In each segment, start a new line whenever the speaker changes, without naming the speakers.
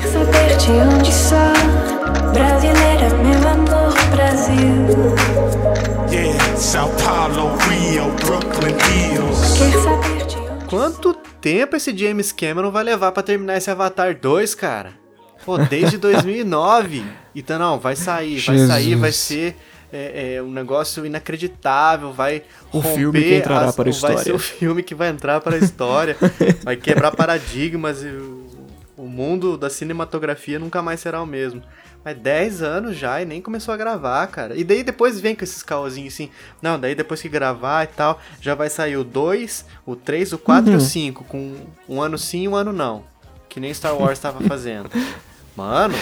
de onde sou. Brasileira, meu amor, Brasil.
Yeah, Sao Paulo, Rio, Brooklyn Hills.
Quer saber de onde
Quanto tempo esse James Cameron vai levar pra terminar esse Avatar 2, cara? Pô, desde 2009. Então, não, vai sair, vai sair,
Jesus.
vai ser é, é, um negócio inacreditável, vai
O
romper
filme que entrará para
Vai
a
ser
história.
o filme que vai entrar para a história, vai quebrar paradigmas e o, o mundo da cinematografia nunca mais será o mesmo. Mas 10 anos já e nem começou a gravar, cara. E daí depois vem com esses caosinhos assim. Não, daí depois que gravar e tal, já vai sair o 2, o 3, o 4
Uhum.
e o 5, com um ano sim e um ano não. Que nem Star Wars tava fazendo. Mano,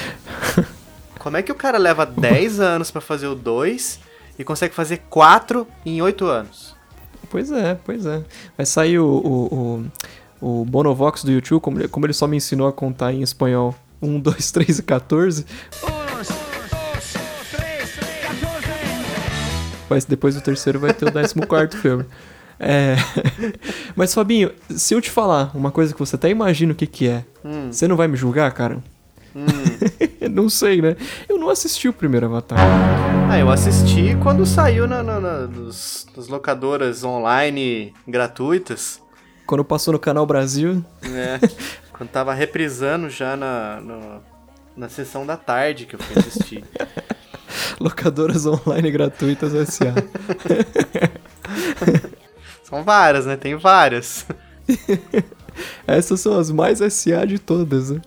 como é que o cara leva 10 anos pra fazer o 2 e consegue fazer 4 em 8 anos?
Pois é, pois é. Vai sair o, o, o, o Bonovox do YouTube, como ele, como ele só me ensinou a contar em espanhol 1, 2, 3 e 14. Mas depois do terceiro vai ter o 14 filme. É. Mas Fabinho, se eu te falar uma coisa que você até imagina o que, que é, você não vai me julgar, cara? não sei, né? Eu não assisti o primeiro Avatar.
Ah, eu assisti quando saiu na, na- na- nos- nas locadoras online gratuitas,
Quando passou no Canal Brasil,
né? quando tava reprisando já na, no- na sessão da tarde que eu fui assistir.
locadoras online gratuitas S.A.
São várias, né? Tem várias.
Essas são as mais SA de todas, né?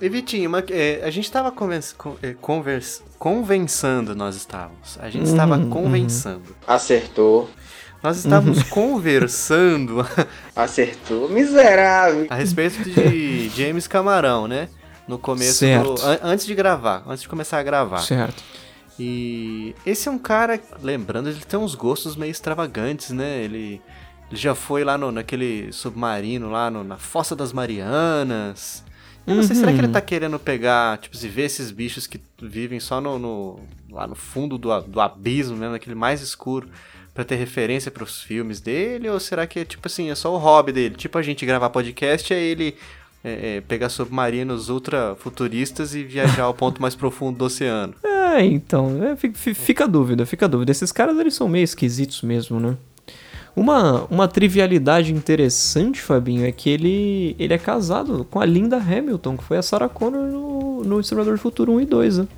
E Vitinho, uma- é, a gente tava convenc- con- é, convers- convençando, nós estávamos. A gente estava convençando.
Acertou.
Nós estávamos conversando
Acertou. Miserável.
a respeito de James Camarão, né? No começo,
Certo.
do- an- antes de gravar, antes de começar a gravar.
Certo.
E esse é um cara, lembrando, ele tem uns gostos meio extravagantes, né? Ele, ele já foi lá no, naquele submarino, lá no- na Fossa das Marianas. Eu não sei, será
Uhum.
que ele tá querendo pegar, tipo, se ver esses bichos que vivem só no, no- lá no fundo do, a- do abismo mesmo, naquele mais escuro, pra ter referência pros filmes dele? Ou será que é, tipo assim, é só o hobby dele? Tipo, a gente gravar podcast é ele é, é, pegar submarinos ultra futuristas e viajar ao ponto mais profundo do oceano.
É, então, é, fi- fi- fica a dúvida, fica a dúvida. Esses caras, eles são meio esquisitos mesmo, né? Uma, uma trivialidade interessante, Fabinho, é que ele, ele é casado com a Linda Hamilton, que foi a Sarah Connor no, no Exterminador do Futuro 1 e 2, né?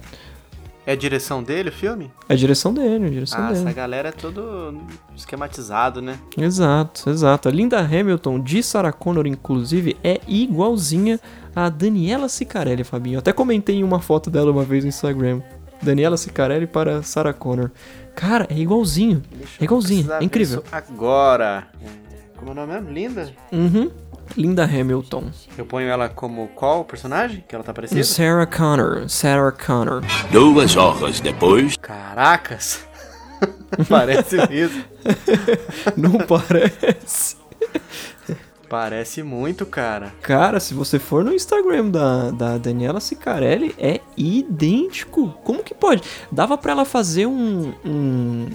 É a direção dele o filme?
É a direção dele, é a direção
ah,
dele.
essa galera é todo esquematizado, né?
Exato, exato. A Linda Hamilton, de Sarah Connor, inclusive, é igualzinha a Daniela Sicarelli, Fabinho. Eu até comentei em uma foto dela uma vez no Instagram. Daniela Sicarelli para Sarah Connor. Cara, é igualzinho. É igualzinho,
Precisa
é incrível.
ver isso Agora. É, Como é o nome mesmo? Linda?
Uhum. Linda Hamilton.
Eu ponho ela como qual personagem? Que ela tá parecida?
Sarah Connor. Sarah Connor.
Duas horas depois.
Caracas! Parece mesmo.
Não parece.
Parece muito, cara.
Cara, se você for no Instagram da, da Daniela Sicarelli, é idêntico. Como que pode? Dava pra ela fazer um, um-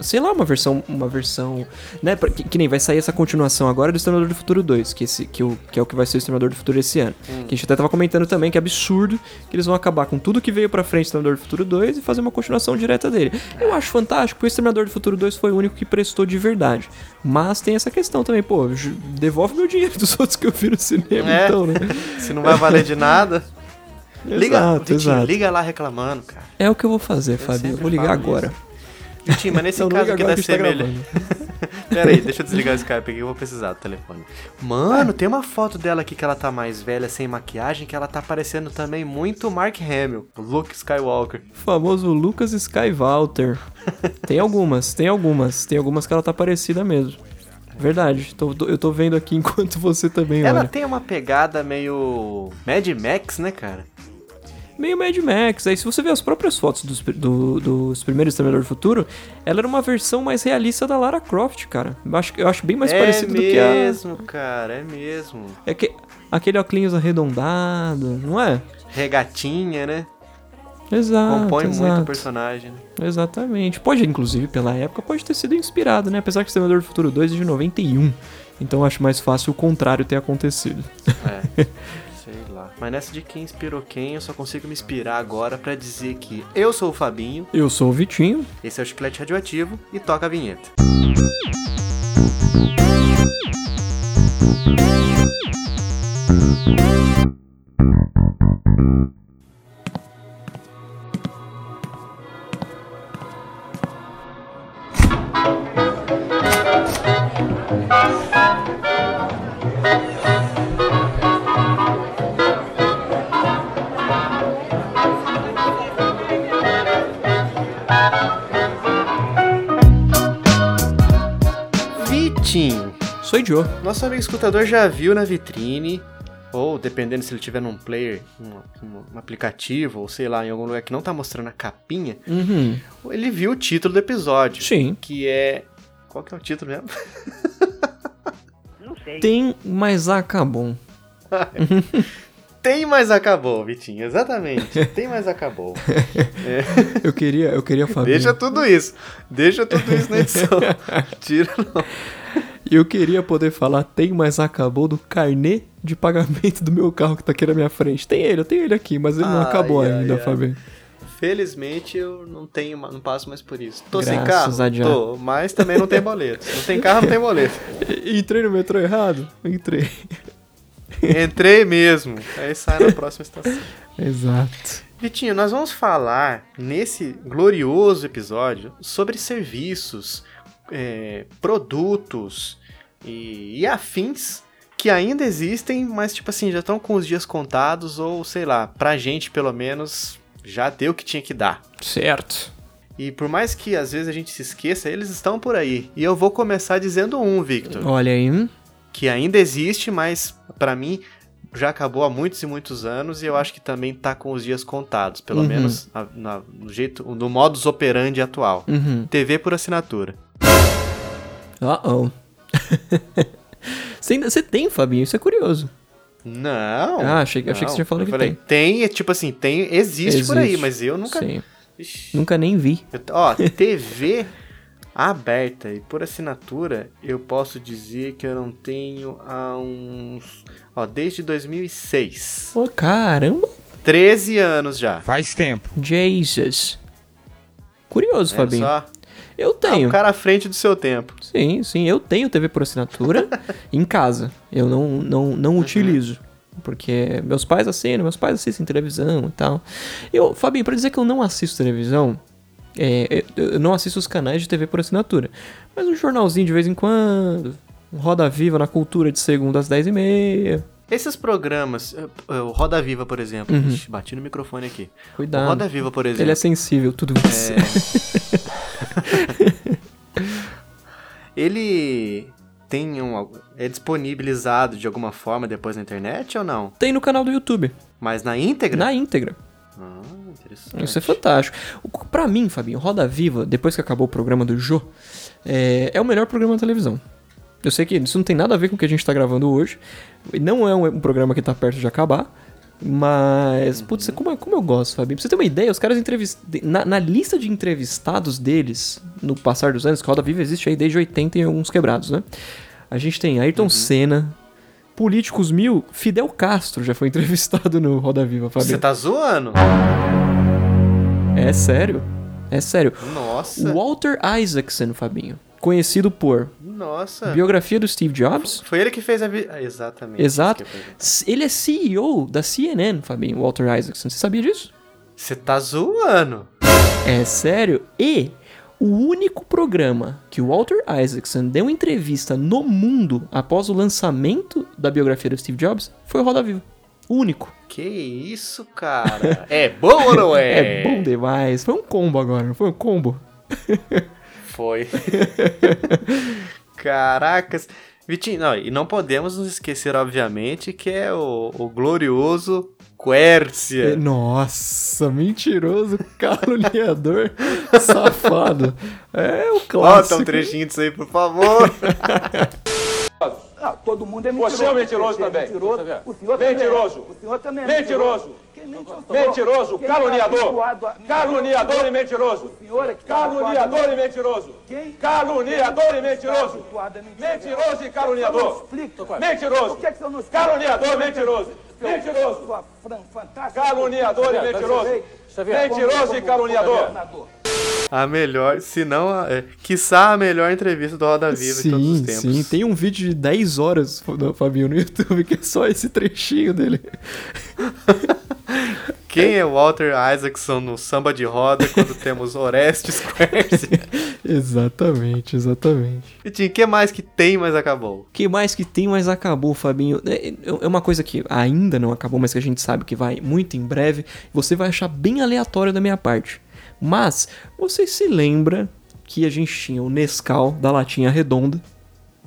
Sei lá, uma versão. Uma versão. Né? pra- Que, que nem vai sair essa continuação agora do Exterminador do Futuro 2, que, esse, que, o, que é o que vai ser o Exterminador do Futuro esse ano.
Hum.
Que a gente até tava comentando também que é absurdo que eles vão acabar com tudo que veio pra frente do Exterminador do Futuro 2 e fazer uma continuação direta dele. Eu acho fantástico, porque o Exterminador do Futuro 2 foi o único que prestou de verdade. Mas tem essa questão também, pô, ju- devolve meu dinheiro dos outros que eu vi no cinema,
É.
então, né?
Se não vai valer de nada. Liga,
exato,
Vitinho,
exato.
liga lá reclamando, cara.
É o que eu vou fazer, Fábio. Eu
sempre
vou ligar
falo
agora.
Vitinho, mas nesse
Então não
caso
liga
aqui
agora
deve
que a gente
ser
tá
melhor.
gravando.
Pera aí, deixa eu desligar o Skype aqui, eu vou precisar do telefone. Mano, tem uma foto dela aqui que ela tá mais velha, sem maquiagem, que ela tá parecendo também muito Mark Hamill, Luke Skywalker.
O famoso Lucas Skywalter. tem algumas, tem algumas. Tem algumas que ela tá parecida mesmo. Verdade. Tô- tô- eu tô vendo aqui enquanto você também
Ela
olha.
tem uma pegada meio Mad Max, né, cara?
Meio Mad Max. Aí se você ver as próprias fotos dos, pri- do- dos primeiros Exterminador do Futuro, ela era uma versão mais realista da Lara Croft, cara. Eu acho, eu acho bem mais
é
parecido do que a...
mesmo, cara, é mesmo.
É que, aquele óculos arredondado, não é?
Regatinha, né?
Exato,
Compõe muito
Ah, exato.
o personagem. Né?
Exatamente. Pode, inclusive, pela época, pode ter sido inspirado, né? Apesar que o Exterminador do Futuro 2 é de 91. Então eu acho mais fácil o contrário ter acontecido.
É. Sei lá. Mas nessa de quem inspirou quem, eu só consigo me inspirar agora pra dizer que eu sou o Fabinho,
Eu sou o Vitinho.
esse é o Chiclete Radioativo e toca a vinheta. Vitinho,
Sou Joe.
nosso amigo escutador já viu na vitrine, ou dependendo se ele tiver num player, um, um- um aplicativo, ou sei lá, em algum lugar que não tá mostrando a capinha,
Uhum.
ele viu o título do episódio.
Sim.
Que é. Qual que é o título mesmo?
Tem, mas acabou.
Tem mais acabou, Vitinho, exatamente. Tem mais acabou.
Eu queria, eu queria, Fabinho.
Deixa tudo isso. Deixa tudo isso na edição. Tira não.
Eu queria poder falar, tem, mas acabou do carnê de pagamento do meu carro que tá aqui na minha frente. Tem ele, eu tenho ele aqui, mas ele não
Ai,
acabou
ai,
ainda,
ai.
Fabinho.
Felizmente eu não tenho, ma- não passo mais por isso. Tô sem
Graças
carro,
a Deus.
tô, mas também não tem boleto. Não tem carro, não tem boleto.
Entrei no metrô errado? Entrei.
Entrei mesmo. Aí sai na próxima estação.
Exato.
Vitinho, nós vamos falar nesse glorioso episódio sobre serviços, é, produtos e, e afins que ainda existem, mas tipo assim, já estão com os dias contados, ou sei lá, pra gente pelo menos já deu o que tinha que dar.
Certo.
E por mais que às vezes a gente se esqueça, eles estão por aí. E eu vou começar dizendo um, Victor
Olha aí. hum?
que ainda existe, mas pra mim já acabou há muitos e muitos anos e eu acho que também tá com os dias contados, pelo
Uhum.
menos na- na- no jeito, no modus operandi atual.
Uhum.
TV por assinatura.
Uh-oh. Você, ainda- você tem, Fabinho? Isso é curioso.
Não.
Ah, achei que- achei que
não.
você tinha falado
Eu
que
falei, tem. é tipo assim, tem, existe, por aí,
Existe.
mas eu nunca.
Sim.
Ixi.
Nunca nem vi.
Eu t- ó, TV aberta e por assinatura, eu posso dizer que eu não tenho há uns, ó, desde 2006,
Pô, caramba.
13 anos já.
Faz tempo.
Jesus. Curioso,
Vendo
Fabinho.
É, só?
Eu tenho.
Ah, O cara à frente do seu tempo.
Sim, sim, eu tenho TV por assinatura em casa. Eu não, não, não
Uhum.
utilizo. Porque meus pais assinam, meus pais assistem televisão e tal. Eu, Fabinho, pra dizer que eu não assisto televisão, é, eu, eu não assisto os canais de TV por assinatura. Mas um jornalzinho de vez em quando, um Roda Viva na Cultura de segunda às 10h30.
Esses programas, eh, p- eh, o Roda Viva, por exemplo. Ixi, bati no microfone aqui.
Cuidado.
O Roda Viva, né? por exemplo.
Uhum. Ele é sensível, tudo isso. é-
Ele tem um. al- É disponibilizado de alguma forma depois na internet ou não?
Tem no canal do YouTube,
Mas na íntegra?
na íntegra.
Ah, interessante.
Isso é fantástico. O- Pra mim, Fabinho, Roda Viva, depois que acabou o programa do Jô, é, é o melhor programa da televisão. Eu sei que isso não tem nada a ver com o que a gente tá gravando hoje. e Não é um, um programa que tá perto de acabar. Mas, putz, como, é- como eu gosto, Fabinho. Pra você ter uma ideia, os caras entrevist... na, na lista de entrevistados deles, no passar dos anos, que a Roda Viva existe aí desde 80 e alguns quebrados, né? A gente tem Ayrton Senna, políticos mil, Fidel Castro já foi entrevistado no Roda Viva, Fabinho.
Você tá zoando?
É sério? É sério.
Nossa.
Walter Isaacson, Fabinho. Conhecido por
Nossa.
biografia do Steve Jobs.
Foi ele que fez a. Vi... Ah, exatamente.
Exato.
Isso que eu ia perguntar.
S- Ele é CEO da CNN, Fabinho, Walter Isaacson. Você sabia disso?
Você tá zoando?
É sério? E o único programa que o Walter Isaacson deu entrevista no mundo após o lançamento da biografia do Steve Jobs foi o Roda Viva. O único.
Que isso, cara? é bom ou não é?
É bom demais. Foi um combo agora, não foi um combo?
Foi. Caracas. Vitinho, não, e não podemos nos esquecer, obviamente, que é o, o glorioso
É,
Quercia.
Nossa, mentiroso, caluniador, safado. É o clássico.
Bota um trechinho disso aí, por favor.
Você é um mentiroso também. Mentiroso. O senhor também. Mentiroso. Mentiroso, caluniador. Caluniador e mentiroso. Caluniador e mentiroso. Caluniador e mentiroso. Mentiroso e caluniador. Mentiroso. Caluniador e mentiroso. Mentiroso. Caluniador e mentiroso. Mentiroso e caluniador.
A melhor, se não, a- é, quiçá a melhor entrevista do Roda Viva de todos os
Sim,
tempos.
sim. Tem um vídeo de 10 horas do Fabinho no YouTube que é só esse trechinho dele.
Quem é Walter Isaacson no samba de roda quando temos Orestes Squares?
exatamente, exatamente.
E tinha, que mais que tem, mas acabou?
O que mais que tem, mas acabou, Fabinho. É, é- é uma coisa que ainda não acabou, mas que a gente sabe que vai muito em breve. Você vai achar bem aleatório da minha parte. Mas, você se lembra que a gente tinha o Nescau da latinha redonda,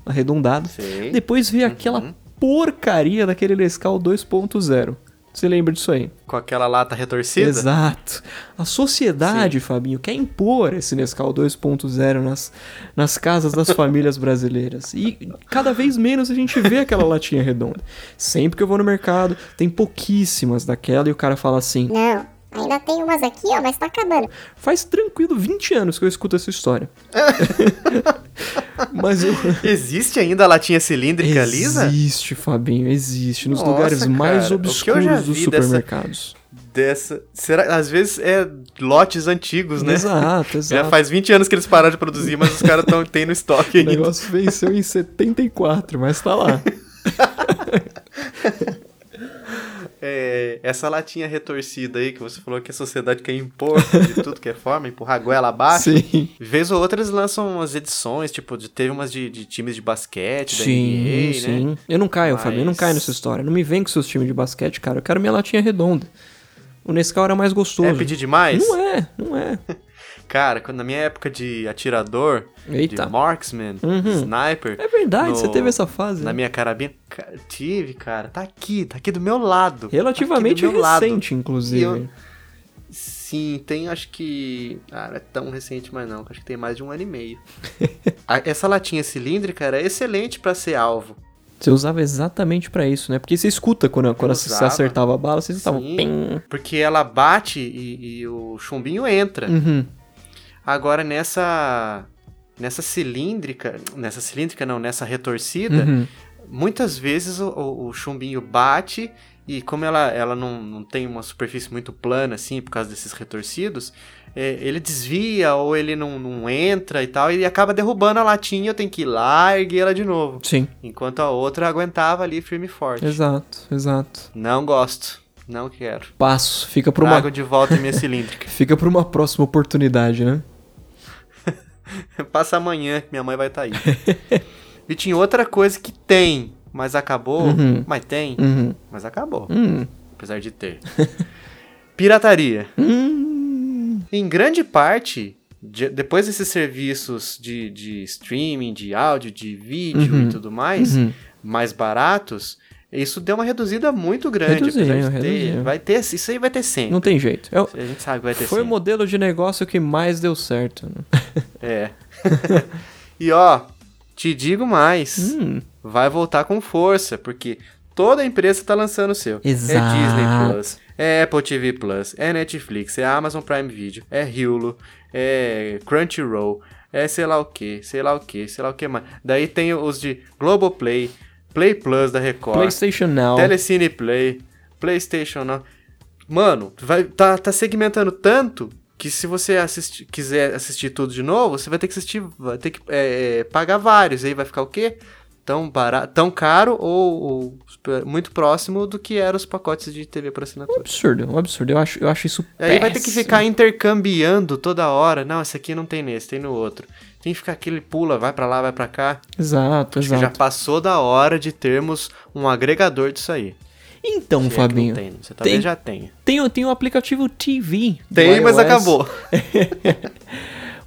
arredondado.
Sei.
Depois veio aquela porcaria daquele Nescau 2.0. Você lembra disso aí?
Com aquela lata retorcida?
Exato. A sociedade, Fabinho, quer impor esse Nescau 2.0 nas, nas casas das famílias brasileiras. E cada vez menos a gente vê aquela latinha redonda. Sempre que eu vou no mercado, tem pouquíssimas daquela e o cara fala assim:
Não, ainda tem umas aqui, ó, mas tá acabando.
faz tranquilo 20 anos que eu escuto essa história. Mas eu.
Existe ainda a latinha cilíndrica lisa?
Existe, Fabinho, existe. Nos
Nossa,
lugares mais
cara, o que eu já
obscuros dos
vi dessa-
supermercados.
Dessa. Será? Às vezes é lotes antigos, né?
Exato,
Já
exato.
faz 20 anos que eles pararam de produzir, mas os caras tão, tem no estoque
O
ainda.
negócio venceu em 74, mas tá lá.
É, essa latinha retorcida aí que você falou que a sociedade quer impor de tudo que é forma, empurrar a goela abaixo.
Sim.
Vez ou outra eles lançam umas edições, tipo, de, teve umas de, de times de basquete, da NBA, né?
Eu não caio,
Mas-
Fabinho, eu não caio nessa história. Não me vem com seus times de basquete, cara. Eu quero minha latinha redonda. O Nescau era mais gostoso.
É pedir demais?
Não é, não é.
Cara, quando, na minha época de atirador,
Eita.
de marksman, sniper...
É verdade,
no-
você teve essa fase.
Na
né?
minha carabina... Ca- Tive, cara. Tá aqui, tá aqui do meu lado.
Relativamente
tá aqui do meu
recente,
lado.
inclusive.
E eu- Sim, tem acho que... Ah, não é tão recente mais não. Acho que tem mais de um ano e meio. A- Essa latinha cilíndrica era excelente pra ser alvo.
Você usava exatamente pra isso, né? Porque você escuta quando, quando você
usava.
acertava a bala, você escutava.
Sim.
Pim.
Porque ela bate e, e o chumbinho entra.
Uhum.
Agora nessa nessa cilíndrica, nessa cilíndrica não, nessa retorcida,
Uhum.
muitas vezes o, o- o chumbinho bate e como ela, ela não, não tem uma superfície muito plana assim por causa desses retorcidos, é, ele desvia ou ele não, não entra e tal e acaba derrubando a latinha, eu tenho que ir lá e erguer ela de novo.
Sim,
Enquanto a outra aguentava ali firme e forte.
exato, exato.
Não gosto, não quero.
Passo, fica pra
Trago
uma,
de volta minha cilíndrica.
fica pra uma próxima oportunidade, né?
Passa amanhã, que minha mãe vai estar aí. e tinha outra coisa que tem, mas acabou.
Uhum.
Mas tem,
Uhum.
mas acabou.
Hum.
Apesar de ter. Pirataria.
Hum.
Em grande parte, de- depois desses serviços de, de streaming, de áudio, de vídeo
Uhum.
e tudo mais,
Uhum.
mais baratos, isso deu uma reduzida muito grande.
Reduziu,
apesar de
reduziu.
ter, vai ter. Isso aí vai ter sempre.
Não tem jeito. É, o-
A gente sabe que vai ter
Foi o
sempre.
modelo de negócio que mais deu certo. né?
É. e ó, te digo
Hum.
mais. Vai voltar com força, porque toda empresa tá lançando o seu.
Exato.
É Disney Plus, é Apple TV Plus, é Netflix, é Amazon Prime Video, é Hulu, é Crunchyroll, é sei lá o que, sei lá o que, sei lá o que mais. Daí tem os de Globoplay, Play Plus da Record,
PlayStation Now.
Telecine Play, PlayStation Now. Mano, vai, tá, tá segmentando tanto que se você assisti- quiser assistir tudo de novo, você vai ter que assistir, vai ter que é, é, pagar vários. Aí vai ficar o quê? Tão, barato, tão caro ou, ou super- muito próximo do que eram os pacotes de TV por
Um
assinatura.
absurdo, um absurdo. Eu acho, eu acho isso
Aí vai ter que
péssimo.
ficar intercambiando toda hora. Não, esse aqui não tem nesse, tem no outro. Tem que ficar aquele pula, vai pra lá, vai pra cá.
Exato,
Acho que já
exato.
passou da hora de termos um agregador disso aí.
Então,
Se é que
Fabinho,
não tem, né? Você talvez
tem-
já tenha.
tem, o- tem o aplicativo TV. do
Tem, mas
iOS.
acabou.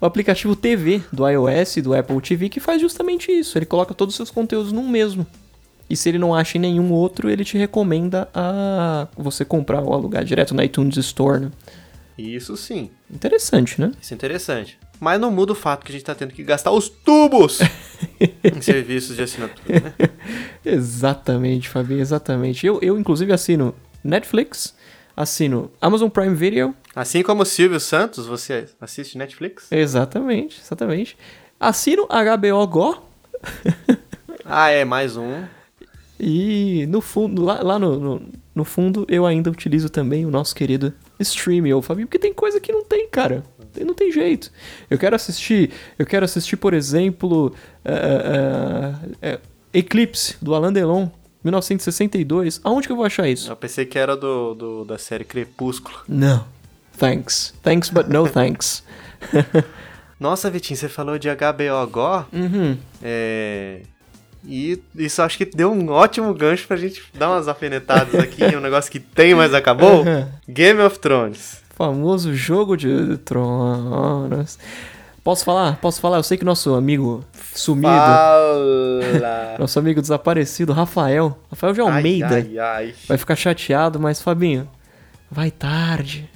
o aplicativo TV do iOS e do Apple TV que faz justamente isso. Ele coloca todos os seus conteúdos num mesmo. E se ele não acha em nenhum outro, ele te recomenda a você comprar ou alugar direto na iTunes Store. né?
Isso sim,
Interessante, né?
isso é interessante. Mas não muda o fato que a gente tá tendo que gastar os tubos em serviços de assinatura, né?
Exatamente, Fabinho, exatamente. Eu, eu inclusive, assino Netflix, assino Amazon Prime Video.
Assim como o Silvio Santos, você assiste Netflix?
Exatamente, exatamente. Assino HBO Go.
Ah, é, mais um.
E no fundo, lá, lá no, no, no fundo, eu ainda utilizo também o nosso querido Streamio, Fabinho, porque tem coisa que não tem, cara. Tem- Não tem jeito. Eu quero assistir, eu quero assistir, por exemplo, eh, ah, ah, ah, Eclipse, do Alain Delon, 1962. Aonde que eu vou achar isso?
Eu pensei que era do, do- da série Crepúsculo.
Não. Thanks. Thanks, but no thanks.
Nossa, Vitinho, você falou de HBO Go?
Uhum.
É. E isso acho que deu um ótimo gancho pra gente dar umas alfinetadas aqui em um negócio que tem, mas acabou.
Uhum.
Game of Thrones.
Famoso jogo de tronos. Posso falar? Posso falar? Eu sei que nosso amigo sumido,
Fala!
nosso amigo desaparecido, Rafael, Rafael de
Ai,
Almeida,
Ai, ai,
vai ficar chateado, mas Fabinho, vai tarde.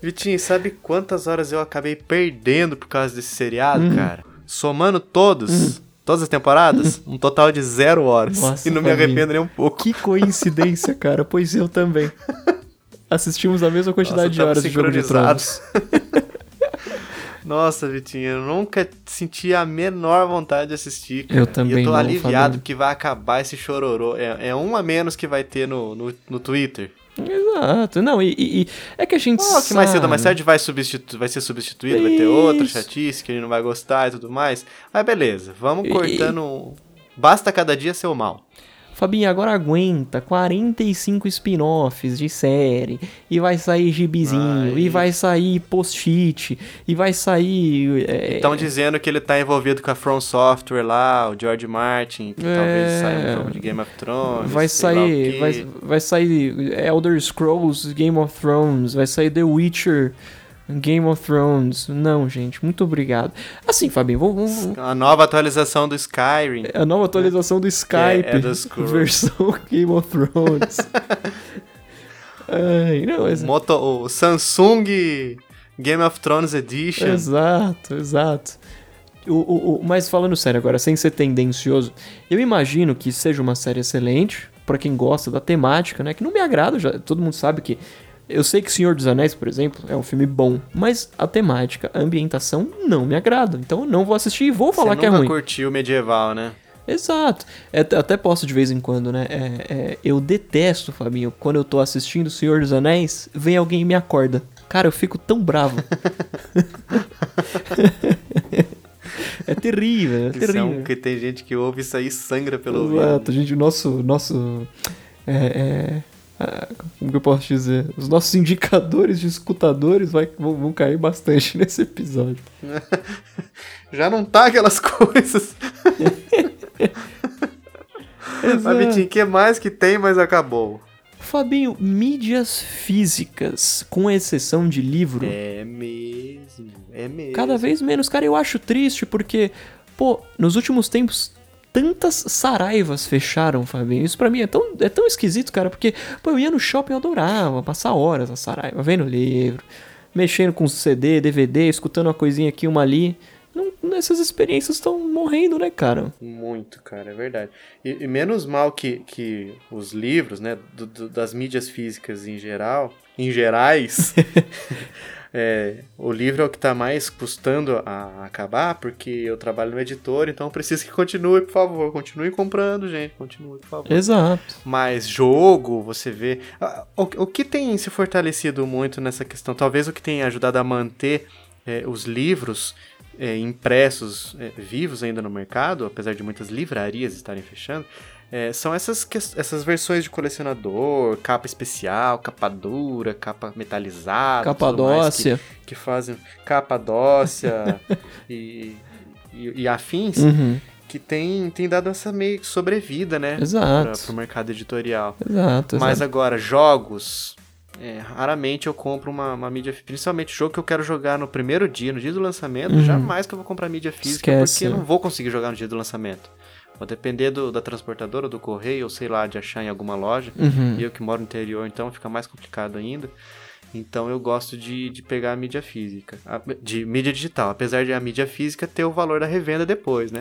Vitinho, sabe quantas horas eu acabei perdendo por causa desse seriado,
Uhum.
cara? Somando todos, todas as temporadas, um total de zero horas.
Uhum. Nossa,
e não me
Fabinho.
arrependo nem um pouco.
Que coincidência, cara, pois eu também. Assistimos a mesma quantidade
Nossa,
de
tava
horas de jogo de
sincronizados.
tronos.
Nossa, Vitinho, eu nunca senti a menor vontade de assistir. cara.
Eu também
E eu tô
não,
aliviado
Fabinho.
porque vai acabar esse chororô. É, é um a menos que vai ter no, no, no Twitter.
Exato. Não, e, e- e é que a gente
Oh, que mais cedo ou mais
sabe-
tarde vai, substitu vai ser substituído, vai ter outro
Isso.
chatice que ele não vai gostar e tudo mais. Mas beleza, vamos
E-
cortando. Basta cada dia ser o mal.
Fabinho, agora aguenta 45 spin-offs de série, e vai sair gibizinho, e vai sair post-it, e vai sair. é,
Estão dizendo que ele tá envolvido com a From Software lá, o George Martin, que
É.
talvez saia um jogo de Game of Thrones.
vai
sei lá o
sair.
quê.
Vai, vai sair Elder Scrolls Game of Thrones, vai sair The Witcher Game of Thrones. Não, gente, muito obrigado. Assim, Fabinho, vamos. vamos- É
A nova atualização do Skyrim.
a nova atualização do Skype,
É, Elder Scrolls.
versão Game of Thrones. Ai, não, mas-
O Moto, o Samsung Game of Thrones Edition.
Exato, exato. O, o- o- mas falando sério agora, sem ser tendencioso, eu imagino que seja uma série excelente pra quem gosta da temática, né? Que não me agrada, já, todo mundo sabe que. Eu sei que Senhor dos Anéis, por exemplo, é um filme bom, mas a temática, a ambientação não me agrada. Então eu não vou assistir e vou falar
Você
que é
nunca
ruim.
curtiu medieval, né?
Exato. É, até posso de vez em quando, né? É, é, eu detesto, Fabinho, quando eu tô assistindo Senhor dos Anéis, vem alguém e me acorda. Cara, eu fico tão bravo. é terrível, é
Isso é
terrível.
um que tem gente que ouve isso aí e sangra pelo ouvido.
Exato, gente, o nosso. nosso é, é, ah, como que eu posso dizer? Os nossos indicadores de escutadores vai- vão, vão cair bastante nesse episódio.
Já não tá aquelas coisas. Mas, Vitinho, o que mais que tem, mas acabou?
Fabinho, mídias físicas, com exceção de livro,
É mesmo, é mesmo.
cada vez menos. Cara, eu acho triste porque, pô, nos últimos tempos. Tantas saraivas fecharam, Fabinho. Isso pra mim é tão, é tão esquisito, cara, porque pô, eu ia no shopping, eu adorava passar horas na saraiva, vendo livro, mexendo com CD, DVD, escutando uma coisinha aqui, uma ali. Não, essas experiências estão morrendo, né, cara?
Muito, cara, é verdade. E, e menos mal que, que os livros, né, do- do- das mídias físicas em geral, em gerais, é, o livro é o que tá mais custando a acabar, porque eu trabalho no editor, então eu preciso que continue, por favor. Continue comprando, gente, continue, por favor.
Exato.
mais jogo, você vê. Ah, O, o que tem se fortalecido muito nessa questão? Talvez o que tem ajudado a manter eh, os livros eh, impressos eh, vivos ainda no mercado, apesar de muitas livrarias estarem fechando, eh, são essas, ques- essas versões de colecionador, capa especial, capa dura, capa metalizada, Ah, tudo mais, que-
Capadócia.
que, fazem Capadócia e, e, e afins,
Uhum.
que tem, tem dado essa meio que sobrevida, né? para
Exato.
o mercado editorial.
Exato.
Mas
exato.
agora, jogos. é, raramente eu compro uma, uma mídia física. Principalmente jogo que eu quero jogar no primeiro dia, no dia do lançamento.
Uhum.
Jamais que eu vou comprar mídia física,
Esquece.
porque eu não vou conseguir jogar no dia do lançamento. Vou depender do- da transportadora, do correio, ou sei lá, de achar em alguma loja.
Uhum.
E eu que moro no interior, então fica mais complicado ainda. Então eu gosto de, de pegar a mídia física, a- de mídia digital, apesar de a mídia física ter o valor da revenda depois, né?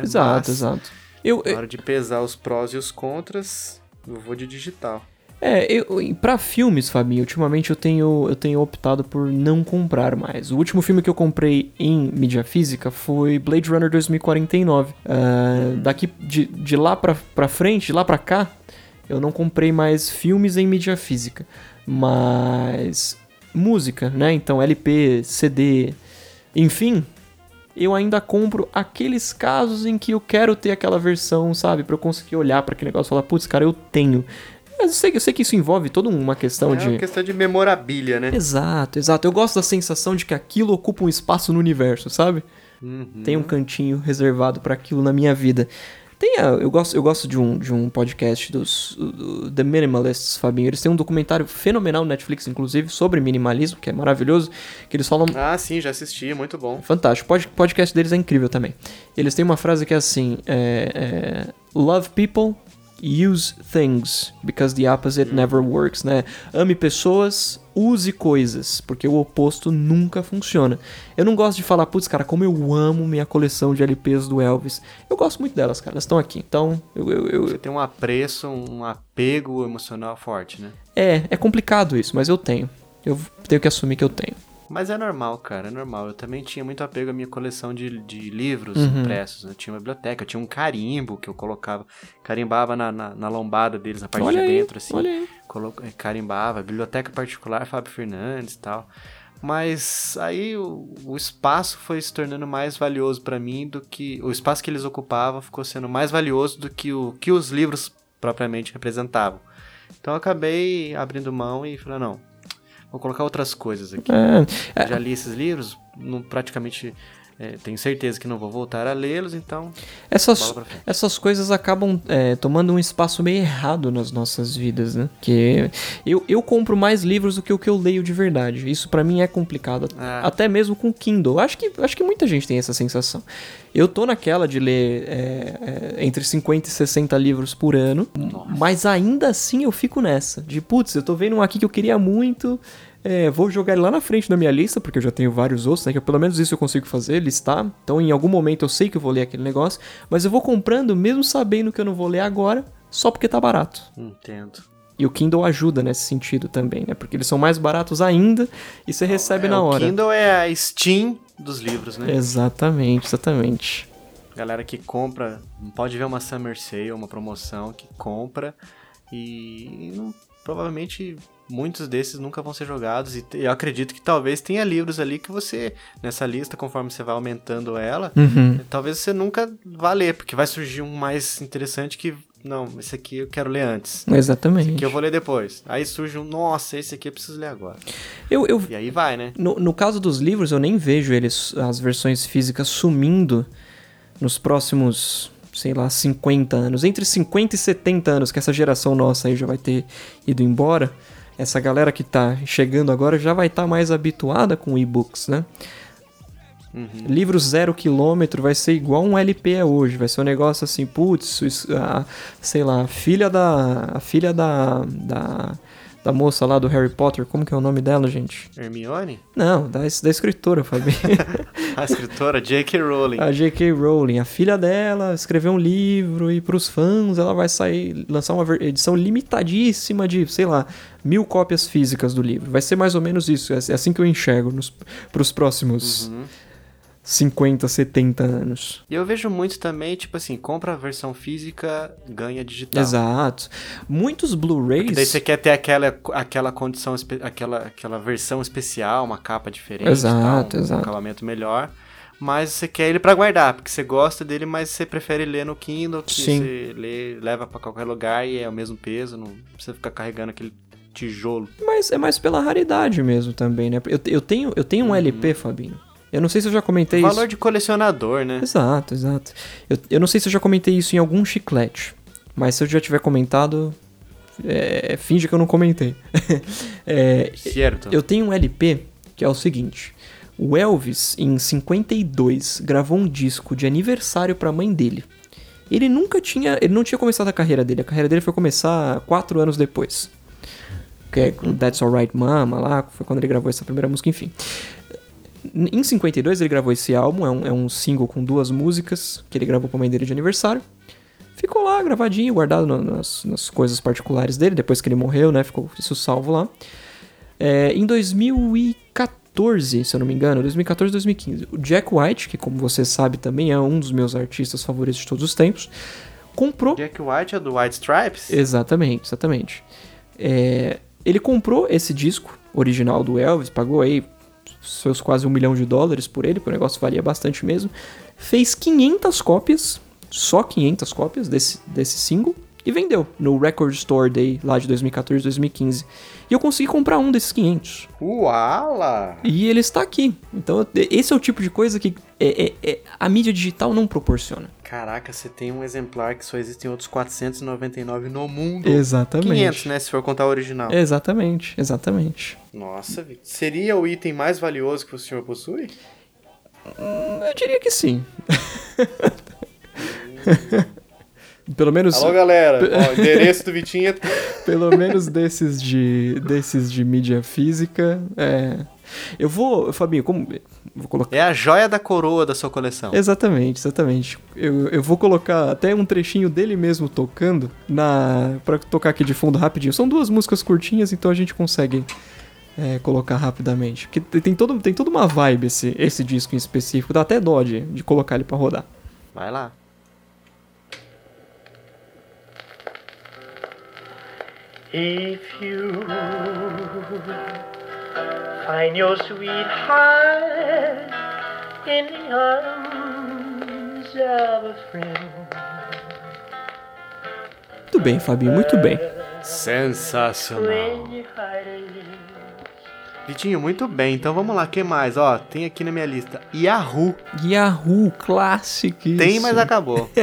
Mas-
Exato, exato. Eu,
na hora de pesar os prós e os contras, eu vou de digital.
É, eu, e pra filmes, Fabinho, ultimamente eu tenho, eu tenho optado por não comprar mais. O último filme que eu comprei em mídia física foi Blade Runner 2049. Ah, daqui, de, de lá pra, pra frente, de lá pra cá, eu não comprei mais filmes em mídia física. Mas música, né? Então LP, CD, enfim, eu ainda compro aqueles casos em que eu quero ter aquela versão, sabe? Pra eu conseguir olhar pra aquele negócio e falar, putz, cara, eu tenho. Mas eu sei, eu sei que isso envolve toda uma questão
É
Então, de.
uma questão de memorabilia, né?
Exato, exato. Eu gosto da sensação de que aquilo ocupa um espaço no universo, sabe? Tem um cantinho reservado pra aquilo na minha vida. Tem a- eu gosto, eu gosto de um, de um podcast dos do- The Minimalists, Fabinho. Eles têm um documentário fenomenal no Netflix, inclusive, sobre minimalismo, que é maravilhoso, que eles falam
Ah, sim, já assisti, muito bom.
Fantástico. Pod- podcast deles é incrível também. Eles têm uma frase que é assim: é, é, Love people, use things, because the opposite never works, né? Ame pessoas, use coisas, porque o oposto nunca funciona. Eu não gosto de falar, putz, cara, como eu amo minha coleção de LPs do Elvis. Eu gosto muito delas, cara, elas estão aqui. Então, eu- eu- eu,
Você tem um apreço, um apego emocional forte, né?
é, é complicado isso, mas eu tenho. Eu tenho que assumir que eu tenho.
Mas é normal, cara, é normal. Eu também tinha muito apego à minha coleção de, de livros
Uhum.
impressos. né? Eu tinha uma biblioteca, eu tinha um carimbo que eu colocava, carimbava na, na, na lombada deles, na parte
Olha
de
aí,
dentro, assim.
olha aí.
Colo- eh, Carimbava, biblioteca particular, Fábio Fernandes e tal. Mas aí o, o espaço foi se tornando mais valioso pra mim do que. O espaço que eles ocupavam ficou sendo mais valioso do que o que os livros propriamente representavam. Então eu acabei abrindo mão e falando, não, vou colocar outras coisas aqui.
É, é,
Eu já li esses livros, não, praticamente é, tenho certeza que não vou voltar a lê-los, então.
Essas,
Bola pra frente.
essas coisas acabam é, tomando um espaço meio errado nas nossas vidas, né? Que eu, eu compro mais livros do que o que eu leio de verdade. Isso pra mim é complicado.
Ah.
Até mesmo com Kindle. Acho que, acho que muita gente tem essa sensação. Eu tô naquela de ler é, é, entre 50 e 60 livros por ano. Mas ainda assim eu fico nessa. De putz, eu tô vendo um aqui que eu queria muito. É, vou jogar ele lá na frente da minha lista, porque eu já tenho vários outros, né? Que eu- pelo menos isso eu consigo fazer, listar. Então em algum momento eu sei que eu vou ler aquele negócio, mas eu vou comprando mesmo sabendo que eu não vou ler agora, só porque tá barato.
Entendo.
E o Kindle ajuda nesse sentido também, né? Porque eles são mais baratos ainda e você recebe
É,
na
O
hora.
Kindle é a Steam dos livros, né?
Exatamente, exatamente.
Galera que compra, pode ver uma Summer Sale, uma promoção que compra e não- provavelmente muitos desses nunca vão ser jogados e te- eu acredito que talvez tenha livros ali que você nessa lista conforme você vai aumentando ela,
Uhum.
talvez você nunca vá ler, porque vai surgir um mais interessante que não, esse aqui eu quero ler antes.
Exatamente.
Que eu vou ler depois. Aí surge um, nossa, esse aqui eu preciso ler agora.
eu, eu,
E aí vai, né?
No, no caso dos livros, eu nem vejo eles, as versões físicas, sumindo nos próximos, sei lá, 50 anos. Entre 50 e 70 anos, que essa geração nossa aí já vai ter ido embora. Essa galera que tá chegando agora já vai estar mais habituada com e-books, né? Livro zero quilômetro vai ser igual um LP é hoje. Vai ser um negócio assim, putz, isso- a, sei lá, a filha da. A filha da. da. Da moça lá do Harry Potter, como que é o nome dela, gente?
Hermione,
Não, da, da escritora, Fabinho.
a escritora J.K. Rowling.
a J.K. Rowling, a filha dela, escreveu um livro e pros fãs ela vai sair, lançar uma ver- edição limitadíssima de, sei lá, mil cópias físicas do livro. Vai ser mais ou menos isso, é é assim que eu enxergo nos, pros próximos
Uhum.
50, 70 anos.
E eu vejo muito também, tipo assim, compra a versão física, ganha digital.
Exato. Muitos
Tá. Porque daí
Blu-rays...
você quer ter aquela, aquela condição, espe- aquela, aquela versão especial, uma capa diferente,
Exato,
tal, um
exato.
acabamento melhor. Mas você quer ele pra guardar, porque você gosta dele, mas você prefere ler no Kindle, que
Sim.
você lê, leva pra qualquer lugar e é o mesmo peso, não precisa ficar carregando aquele tijolo.
Mas é mais pela raridade mesmo também, né? Eu, eu tenho, eu
Uhum.
tenho um LP, Fabinho. Eu não sei se eu já comentei É isso.
Valor de colecionador, né?
Exato, exato. Eu, eu não sei se eu já comentei isso em algum chiclete, mas se eu já tiver comentado, é, finge que eu não comentei. É,
Certo.
eu tenho um LP que é o seguinte: o Elvis, em 52, gravou um disco de aniversário pra mãe dele. Ele nunca tinha. Ele não tinha começado a carreira dele. A carreira dele foi começar quatro anos depois. Que é com That's Alright Mama lá, foi quando ele gravou essa primeira música, enfim. Em 52 ele gravou esse álbum, é um, é um single com duas músicas que ele gravou pra mãe dele de aniversário. Ficou lá gravadinho, guardado na- nas, nas coisas particulares dele, depois que ele morreu, né? Ficou isso salvo lá. É, em 2014, se eu não me engano, 2014, 2015, o Jack White, que como você sabe também é um dos meus artistas favoritos de todos os tempos, comprou
Jack White é do White Stripes?
Exatamente, exatamente. É, ele comprou esse disco original do Elvis, pagou aí seus quase um milhão de dólares por ele, porque o negócio valia bastante mesmo. Fez 500 cópias, só 500 cópias desse, desse single, e vendeu no Record Store Day lá de 2014, 2015. E eu consegui comprar um desses 500.
Uala!
E ele está aqui. Então, esse é o tipo de coisa que é- é- é- a mídia digital não proporciona.
Caraca, você tem um exemplar que só existem outros 499 no mundo.
Exatamente. É.
500, né? Se for contar o original.
Exatamente, exatamente.
Nossa, Vitor. seria o item mais valioso que o senhor possui?
Eu diria que sim. pelo menos
Alô, galera. Ó, o endereço do Vitinho é...
pelo menos desses de desses de mídia física, é. Eu vou, Fabinho, como vou colocar
É a joia da coroa da sua coleção.
Exatamente, exatamente. Eu, eu vou colocar até um trechinho dele mesmo tocando na para tocar aqui de fundo rapidinho. São duas músicas curtinhas, então a gente consegue é, colocar rapidamente. Porque tem- tem, todo, tem toda uma vibe esse, esse disco em específico. Dá até dó de, de colocar ele pra rodar.
Vai lá.
If you find your sweetheart in the arms of a friend,
Muito bem, Fabinho, muito bem.
Sensacional.
when your heart is
Vitinho, muito bem. Então vamos lá, que mais? Ó, tem aqui na minha lista Yahoo.
Yahoo, Classic.
Tem,
isso.
mas acabou.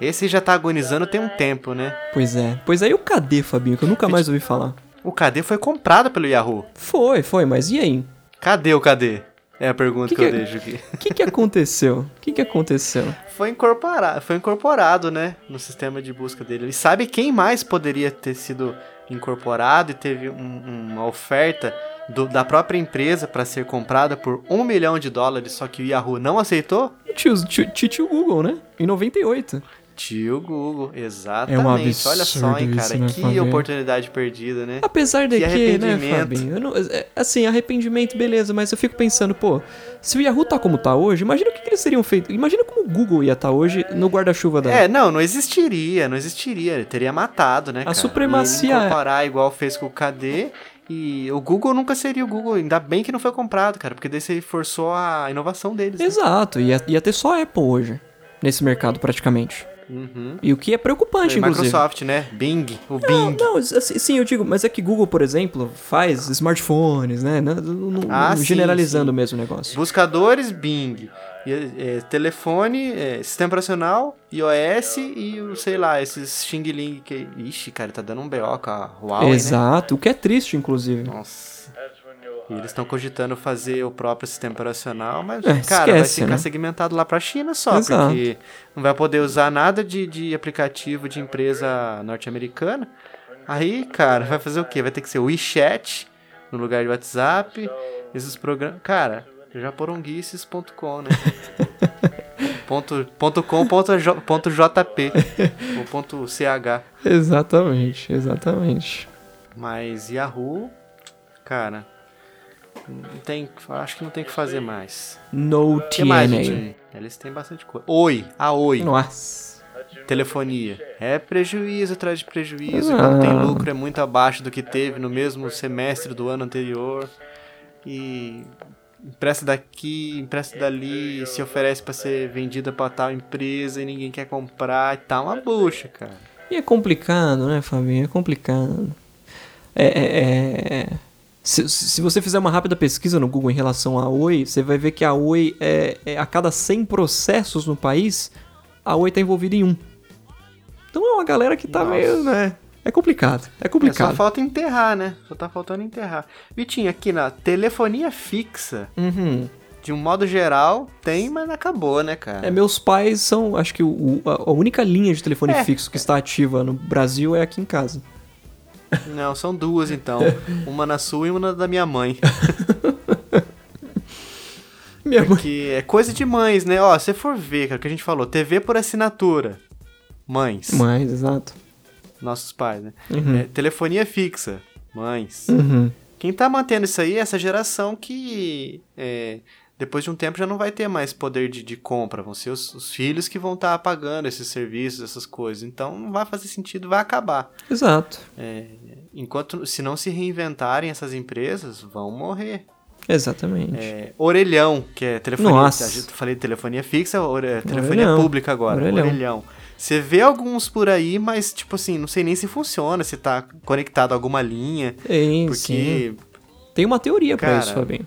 Esse já tá agonizando tem um tempo, né?
Pois é. Pois aí o cadê, Fabinho, que eu nunca mais ouvi falar.
O Cadê foi comprado pelo Yahoo.
Foi, foi, mas e aí?
Cadê o Cadê? É a pergunta
Que
que,
que
eu
é?
deixo aqui.
O que, que aconteceu? O que, que aconteceu?
Foi incorporado, foi incorporado, né, no sistema de busca dele. E sabe quem mais poderia ter sido incorporado e teve um- uma oferta do- da própria empresa para ser comprada por um milhão de dólares, só que o Yahoo não aceitou?
Tio, tio, tio, tio Google, né? Em 98.
Tio Google, exatamente. Olha só,
É um absurdo
hein, cara,
isso, né,
que
Fabinho?
oportunidade perdida, né?
Apesar de
Que
que, né,
arrependimento.
Fabinho? eu não- é, assim, arrependimento, beleza, mas eu fico pensando, pô, se o Yahoo tá como tá hoje, imagina o que, que eles teriam feito. Imagina como o Google ia estar hoje no guarda-chuva da.
É, não, não existiria, não existiria. Ele teria matado, né? cara?
supremacia-
E ele comparar igual fez com o KD. E o Google nunca seria o Google. Ainda bem que não foi comprado, cara, porque daí você forçou a inovação deles. né?
Exato, ia, ia ter só Apple hoje, nesse mercado praticamente.
Uhum.
E o que é preocupante, inclusive.
Microsoft, né? Bing, o
Não,
Bing.
não, assim, sim, eu digo, mas é que Google, por exemplo, faz smartphones, né? Não- não- não-
Ah, sim,
generalizando
sim.
mesmo o negócio.
Buscadores, Bing. E, é, telefone, é, sistema operacional, iOS e o, sei lá, esses Xing Ling que. Ixi, cara, tá dando um BO com a Huawei, né?
Exato, o que é triste, inclusive.
Nossa. E eles estão cogitando fazer o próprio sistema operacional, mas,
É,
cara, vai
esquece,
ficar
né?
segmentado lá pra China só,
Exato.
porque não vai poder usar nada de, de aplicativo de empresa norte-americana. Aí, cara, vai fazer o quê? Vai ter que ser o WeChat no lugar de WhatsApp, esses programas... Cara, japoronguices.com, né? ponto, ponto com, ponto, J- ponto JP, ou ponto CH.
Exatamente, exatamente.
Mas Yahoo, cara, não tem, acho que não tem o que fazer mais.
No
O que mais,
TNA.
gente? Eles têm bastante coisa. Oi, a Oi,
Nossa.
telefonia. É prejuízo atrás de prejuízo. Quando tem
Ah.
lucro é muito abaixo do que teve no mesmo semestre do ano anterior. E empresta daqui, empresta dali, se oferece pra ser vendida pra tal empresa e ninguém quer comprar. E tá uma bucha, cara.
E é complicado, né, Fabinho? É complicado. É. é- é- é. Se, se você fizer uma rápida pesquisa no Google em relação à Oi, você vai ver que a Oi, é, é- a cada 100 processos no país, a Oi tá envolvida em um. Então é uma galera que tá
Nossa.
meio, né? É complicado, é
É, só
complicado.
falta enterrar, né? Só tá faltando enterrar. Vitinho, aqui na telefonia fixa,
Uhum.
de um modo geral, tem, mas acabou, né, cara?
É, meus pais são, acho que o- o- a a única linha de telefone
É.
fixo que está ativa no Brasil é aqui em casa.
Não, são duas então. uma na sua e uma na da minha mãe.
Minha mãe.
é Que é coisa de mães, né? Ó, se você for ver, cara, o que a gente falou, TV por assinatura. Mães.
Mas, exato.
Nossos pais, né?
Hum.
É, telefonia fixa. Mães.
Uhum.
Quem tá mantendo isso aí é essa geração que é, depois de um tempo já não vai ter mais poder de, de compra. Vão ser os, os filhos que vão estar pagando esses serviços, essas coisas. Então não vai fazer sentido, vai acabar.
Exato.
Enquanto se não se reinventarem essas empresas, vão morrer.
Exatamente.
É, orelhão, que é telefonia.
Nossa.
a gente- Eu falei telefonia fixa, ore- é telefonia
Orelhão.
pública agora. Orelhão.
Orelhão.
Você vê alguns por aí, mas tipo assim, não sei nem se funciona, se tá conectado a alguma linha.
Ei, sim.
Porque.
Tem uma teoria pra
Cara,
isso, Fabinho.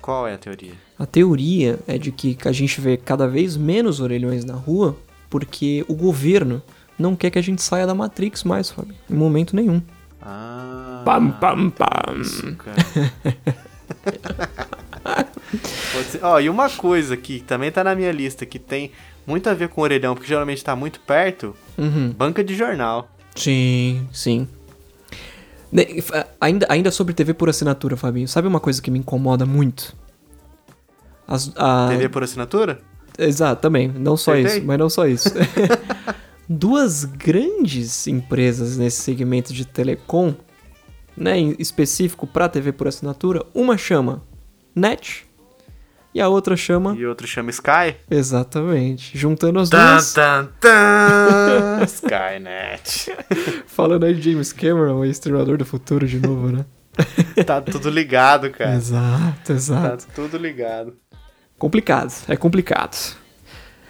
Qual é a teoria?
A teoria é de que a gente vê cada vez menos orelhões na rua porque o governo não quer que a gente saia da Matrix mais, Fabinho. Em momento nenhum.
Ah.
Pam, pam, pam.
Isso, cara. Pode ser. Ó, e uma coisa que também tá na minha lista, que tem muito a ver com orelhão, porque geralmente tá muito perto,
Uhum.
banca de jornal.
Sim, sim. Ne- fa- Ainda, ainda sobre TV por assinatura, Fabinho, sabe uma coisa que me incomoda muito? As- a-
TV por assinatura?
Exato, também. Não só
Acertei?
isso, mas não só isso. Duas grandes empresas nesse segmento de telecom, né, em específico para TV por assinatura, uma chama Net e a outra chama
E Tá, outro chama Sky?
Exatamente. Juntando as
Tan,
duas,
tan, tan. Skynet.
falando aí de James Cameron, o estrelador do futuro de novo, né?
Tá tudo ligado, cara.
Exato,
Tá
exato.
tudo ligado.
Complicado, é complicado.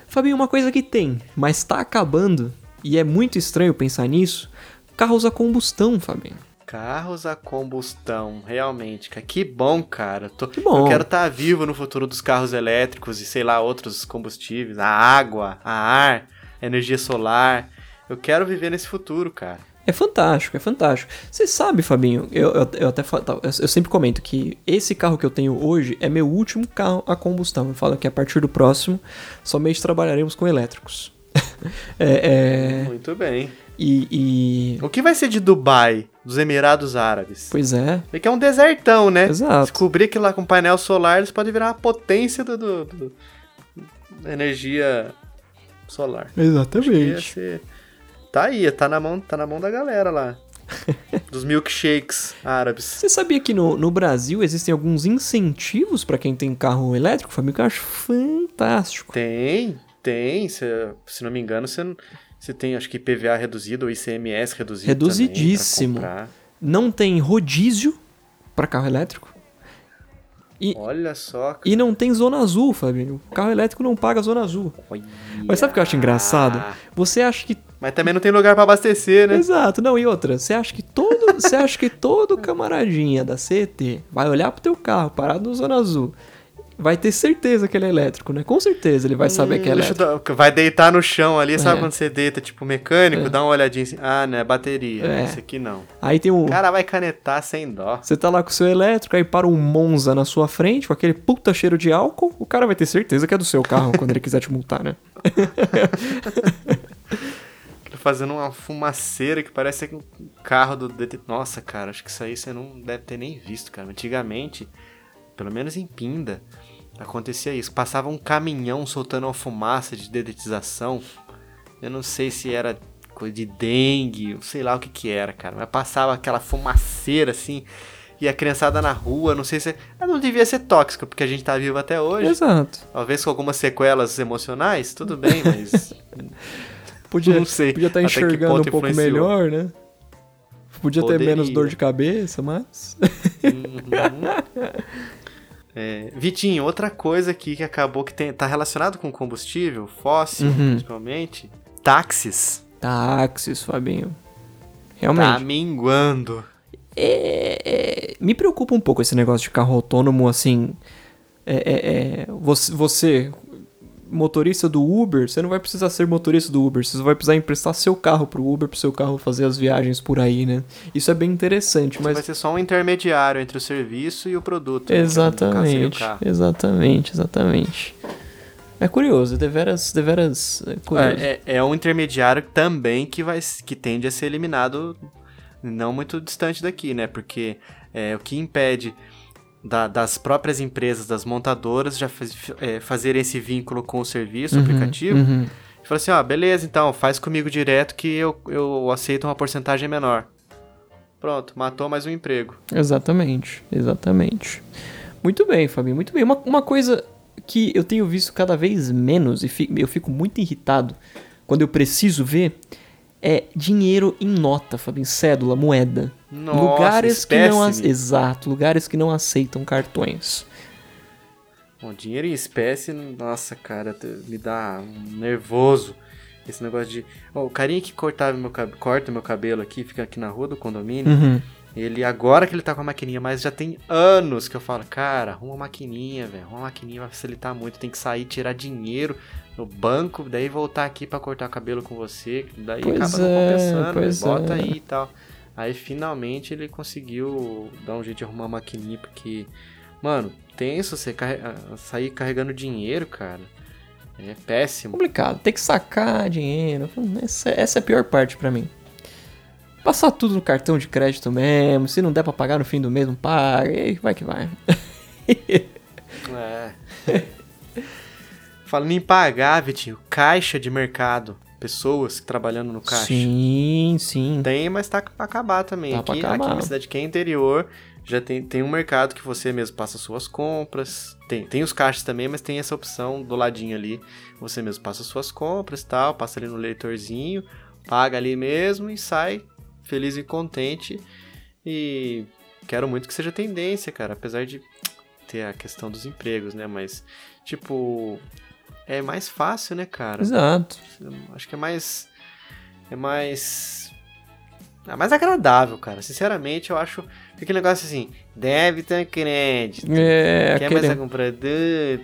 Fabinho, uma coisa que tem, mas tá acabando, e é muito estranho pensar nisso, carros a combustão, Fabinho.
Carros a combustão, realmente, cara. Que bom, cara. Eu Tô,
Que bom.
Eu quero estar vivo no futuro dos carros elétricos e sei lá, outros combustíveis, a água, a ar, a energia solar. Eu quero viver nesse futuro, cara.
É fantástico, é fantástico. Você sabe, Fabinho, eu, eu, eu até fa- eu, eu sempre comento que esse carro que eu tenho hoje é meu último carro a combustão. Eu falo que a partir do próximo, somente trabalharemos com elétricos. é, é,
Muito bem.
e, e-
O que vai ser de Dubai, dos Emirados Árabes?
Pois é,
É que é um desertão, né?
Exato.
Descobrir que lá com painel solar eles podem virar uma potência do, do- do- da energia solar. Ia
exatamente.
ser- Tá aí, tá na, mão, tá na mão da galera lá. dos milkshakes árabes.
Você sabia que no, no Brasil existem alguns incentivos pra quem tem carro elétrico, Fabinho? Que eu acho fantástico.
Tem, tem. Se, se não me engano, você, você tem acho que IPVA reduzido ou ICMS reduzido. também pra
Reduzidíssimo.
comprar.
Não tem rodízio pra carro elétrico
Olha só. cara.
e não tem zona azul, Fabinho. O carro elétrico não paga zona azul. Mas sabe o que eu acho engraçado? Você acha que.
Mas também não tem lugar pra abastecer, né?
Exato, não, e outra. Você acha que todo. você acha que todo camaradinha da CET vai olhar pro teu carro parado no zona azul. Vai ter certeza que ele é elétrico, né? Com certeza ele vai saber que é
Hum, Deixa eu
elétrico.
dar- vai deitar no chão ali, sabe
É.
quando você deita, tipo, mecânico, dá uma olhadinha assim, ah, né, bateria,
É.
esse aqui não.
Aí tem um.
O cara vai canetar sem dó.
Você tá lá com o seu elétrico, aí para um Monza na sua frente, com aquele puta cheiro de álcool, o cara vai ter certeza que é do seu carro quando ele quiser te multar, né?
Fazendo uma fumaceira que parece um carro do... DT. Nossa, cara, acho que isso aí você não deve ter nem visto, cara. Antigamente, pelo menos em Pinda, acontecia isso. Passava um caminhão soltando uma fumaça de dedetização. Eu não sei se era coisa de dengue, eu sei lá o que que era, cara. Mas passava aquela fumaceira assim. E a criançada na rua, não sei se. Ah, não devia ser tóxica, porque a gente tá vivo até hoje.
Exato.
Talvez com algumas sequelas emocionais, tudo bem, mas.
Podia,
Não sei
podia estar
até que
enxergando um
ponto
pouco
influenciou.
melhor, né? Podia ter
Poderia.
menos dor de cabeça, mas.
É, Vitinho, outra coisa aqui que acabou que tem, tá relacionado com combustível, fóssil,
Uhum.
principalmente. Táxis.
Táxis, Fabinho.
Tá
Realmente.
minguando.
É, é, me preocupa um pouco esse negócio de carro autônomo, assim. É, é, é, você, você, motorista do Uber, você não vai precisar ser motorista do Uber, você só vai precisar emprestar seu carro pro Uber, pro seu carro fazer as viagens por aí, né? Isso é bem interessante,
Vai
mas.
ser só um intermediário entre o serviço e o produto. né? Que no caso seria o
Exatamente,
carro.
exatamente, exatamente. É curioso, deveras, deveras é curioso.
É, é- é um intermediário também que, vai, s- que tende a ser eliminado não muito distante daqui, né? Porque é, o que impede da- das próprias empresas, das montadoras, já faz- é, fazerem esse vínculo com o serviço, o aplicativo,
uhum.
Falou assim, ó, beleza, então, faz comigo direto que eu, eu aceito uma porcentagem menor. Pronto, matou mais um emprego.
Exatamente, exatamente. Muito bem, Fabinho, muito bem. Uma, uma coisa que eu tenho visto cada vez menos e fi- eu fico muito irritado quando eu preciso ver é dinheiro em nota, Fabinho, cédula, moeda.
Nossa,
lugares que não ace-
espécime.
exato, lugares que não aceitam cartões.
Bom, dinheiro em espécie, nossa, cara, te- me dá um nervoso. Esse negócio de. Ó, o carinha que cortava meu, cab- corta meu cabelo aqui, fica aqui na rua do condomínio.
Uhum.
Ele, agora que ele tá com a maquininha, mas já tem anos que eu falo, cara, arruma uma maquininha, velho. Arruma uma maquininha, vai facilitar muito. Tem que sair, tirar dinheiro no banco, daí voltar aqui pra cortar o cabelo com você. que Daí
Pois
acaba não
é,
compensando,
pois
velho, bota
é.
aí e tal. Aí finalmente ele conseguiu dar um jeito de arrumar a maquininha, porque Mano, tenso você carre- ah, sair carregando dinheiro, cara. É péssimo.
Complicado, tem que sacar dinheiro. Essa, essa é a pior parte pra mim. Passar tudo no cartão de crédito mesmo. Se não der pra pagar no fim do mês, não paga. E aí vai que vai.
É. Falando em pagar, Vitinho, caixa de mercado. Pessoas trabalhando no caixa.
Sim, sim.
Tem, mas tá pra acabar também.
Tá pra
aqui,
acabar.
aqui na cidade que é interior, já tem, tem um mercado que você mesmo passa suas compras. Tem, tem os caixas também, mas tem essa opção do ladinho ali. Você mesmo passa suas compras e tal, passa ali no leitorzinho, paga ali mesmo e sai feliz e contente. E quero muito que seja tendência, cara. Apesar de ter a questão dos empregos, né? Mas, tipo, é mais fácil, né, cara?
Exato.
Acho que é mais. É mais. É mais agradável, cara. Sinceramente, eu acho. Fica aquele negócio assim: débito e crédito.
É,
Quer
aquele,
mais algum produto?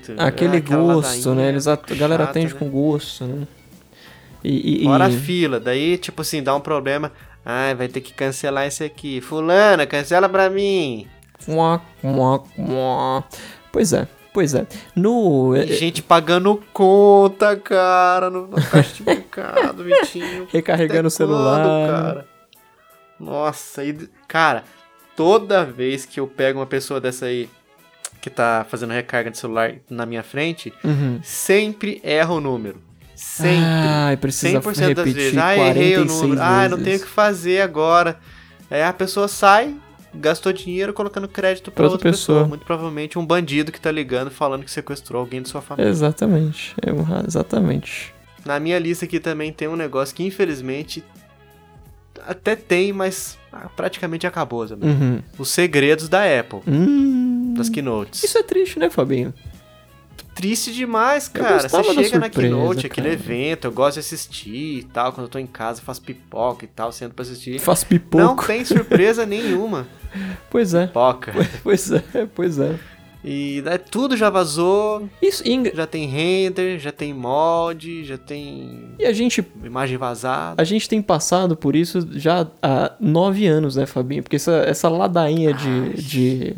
aquele
Ah, aquela
gosto, né?
ladainha,
Eles at- a galera
chata,
atende
né?
com gosto, né? E, e- e-
Fora a fila, daí, tipo assim, dá um problema. Ai, vai ter que cancelar esse aqui. Fulana, cancela pra mim.
Mua, mua, mua. Pois é, pois é. No.
E gente pagando conta, cara, no no caixa de mercado, Vitinho.
Recarregando
Até
o celular.
quando, cara? Nossa, e, cara, toda vez que eu pego uma pessoa dessa aí que tá fazendo recarga de celular na minha frente,
Uhum.
sempre erra o número. Sempre.
Ai, Ah, precisa
100% das vezes.
repetir
Ah, errei o
46
número. Ah, não
vezes.
tenho o que fazer agora. Aí a pessoa sai, gastou dinheiro colocando crédito pra
Pra outra
outra pessoa.
pessoa.
Muito provavelmente um bandido que tá ligando falando que sequestrou alguém de sua família.
Exatamente, é um ra- exatamente.
Na minha lista aqui também tem um negócio que infelizmente até tem, mas ah, praticamente acabou também.
Uhum.
Os segredos da Apple,
Hum,
das keynotes.
isso é triste, né, Fabinho?
Triste demais,
Eu
cara. Você
gostava da
chega na
surpresa,
keynote, aquele
cara.
evento, eu gosto de assistir e tal. Quando eu tô em casa, faço pipoca e tal, sento pra assistir.
Faz
Não
pipoco.
tem surpresa nenhuma.
Pois é,
Pipoca.
pois é, pois é.
E daí tudo já vazou,
Isso, e, engra-
já tem render, já tem mod, já tem
e a gente
imagem vazada.
A gente tem passado por isso já há nove anos, né, Fabinho? Porque essa, essa ladainha de, de.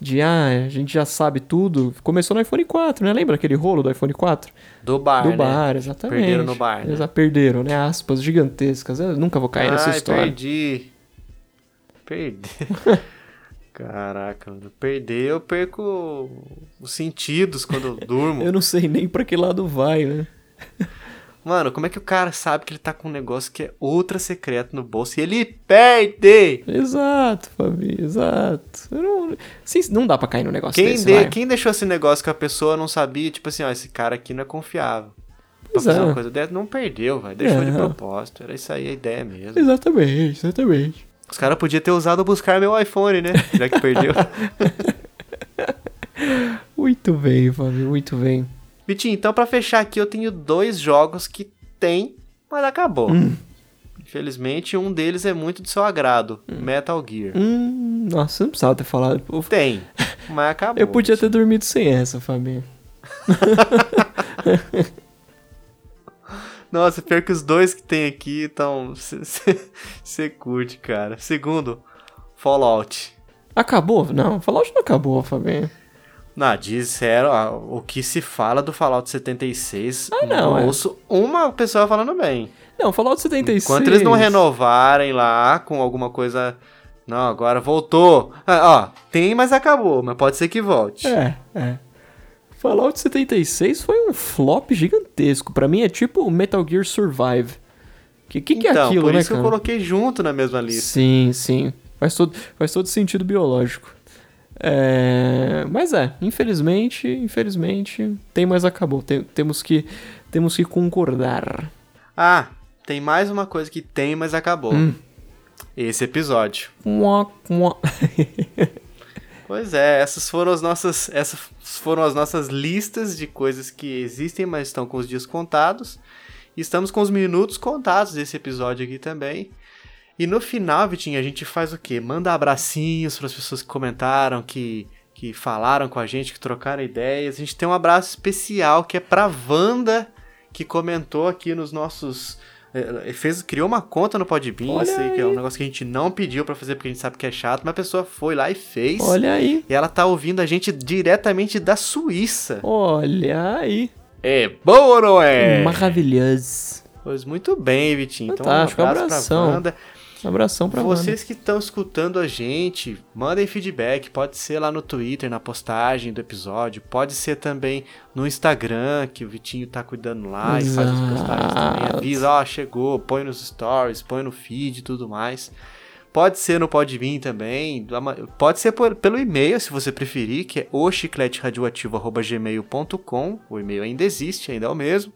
de. Ah, a gente já sabe tudo. Começou no iPhone 4, né? Lembra aquele rolo do iPhone 4?
Do bar,
do
né?
bar, exatamente.
Perderam no bar, né?
Eles já perderam, né? Aspas gigantescas. Eu nunca vou cair nessa
Ai,
história.
perdi. Perdi. Caraca, mano. Perder, eu perco os sentidos quando eu durmo.
Eu não sei nem pra que lado vai, né?
Mano, como é que o cara sabe que ele tá com um negócio que é ultra secreto no bolso e ele perde?
Exato, Fabinho, exato. Eu não, sim, não dá pra cair no negócio
Quem,
desse,
de-
vai.
quem deixou esse negócio que a pessoa não sabia, tipo assim, ó, esse cara aqui não é confiável. Pra
Pois
fazer
é.
uma coisa dessa, não perdeu, velho. Deixou de
É.
propósito. Era isso aí a ideia mesmo.
Exatamente, exatamente.
Os caras podiam ter usado buscar meu iPhone, né? Já que perdeu.
Muito bem, Fabinho, muito bem.
Vitinho, então pra fechar aqui, eu tenho dois jogos que tem, mas acabou.
Hum.
Infelizmente, um deles é muito do seu agrado, Metal Gear.
Hum, nossa, não precisava ter falado. Eu
Tem, mas acabou.
Eu podia ter dormido sem essa, Fabinho.
Nossa, pior que os dois que tem aqui, então você curte, cara. Segundo, Fallout.
Acabou? Não, Fallout não acabou, Fabinho.
Não, disseram ah, o que se fala do Fallout 76.
Ah, não,
eu
é.
ouço uma pessoa falando bem.
Não, Fallout 76.
Enquanto eles não renovarem lá com alguma coisa. Não, agora voltou. Ah, ó, tem, mas acabou, mas pode ser que volte.
É, é. Fallout 76 foi um flop gigantesco. Pra mim é tipo o Metal Gear Survive. Que que, que
então,
é aquilo,
por
né,
isso que eu
cara?
coloquei junto na mesma lista.
Sim, sim. Faz todo, faz todo sentido biológico. É, mas é, infelizmente, infelizmente, tem mais acabou. Tem- temos que temos que concordar.
Ah, tem mais uma coisa que tem, mas acabou.
Hum.
Esse episódio.
Mua, mua.
Pois é, essas foram as nossas essas foram as nossas listas de coisas que existem, mas estão com os dias contados. Estamos com os minutos contados desse episódio aqui também. E no final, Vitinho, a gente faz o quê? Manda abracinhos para as pessoas que comentaram, que que falaram com a gente, que trocaram ideias. A gente tem um abraço especial que é pra Wanda, que comentou aqui nos nossos eh, fez criou uma conta no Podbean, isso aí, que é um negócio que a gente não pediu pra fazer porque a gente sabe que é chato, mas a pessoa foi lá e fez.
Olha aí,
E ela tá ouvindo a gente diretamente da Suíça.
olha aí.
É boa ou não é?
Maravilhoso.
Pois muito bem, Vitinho. Então, um
Fantástico,
abraço
abração.
pra Wanda.
Um Abração pra você.
Então, Vocês que estão escutando a gente, mandem feedback. Pode ser lá no Twitter, na postagem do episódio. Pode ser também no Instagram, que o Vitinho tá cuidando lá e faz as postagens também.
Exato.
Avisa, ó, chegou, põe nos stories, põe no feed e tudo mais. Pode ser no Podbean também, da ma- pode ser por- pelo e-mail, se você preferir, que é o chicleteradioativo.gmail.com, o e-mail ainda existe, ainda é o mesmo.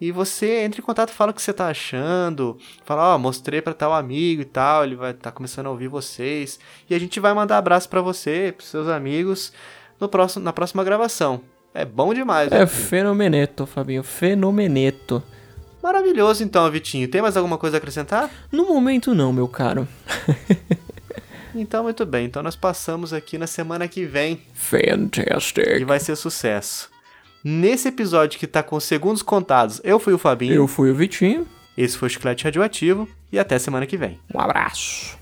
E você entra em contato, fala o que você tá achando, fala, ó, mostrei pra tal amigo e tal, ele vai tá começando a ouvir vocês. E a gente vai mandar abraço pra você, pros seus amigos, no próximo, na próxima gravação. É bom demais, né?
É fenomeneto, Fabinho, fenomeneto.
Maravilhoso então, Vitinho. Tem mais alguma coisa a acrescentar?
No momento não, meu caro.
Então, muito bem. Então nós passamos aqui na semana que vem. E
Fantastic.
vai ser sucesso. Nesse episódio que tá com segundos contados, eu fui o Fabinho,
Eu fui o Vitinho.
esse foi o Chiclete Radioativo e até semana que vem.
Um abraço.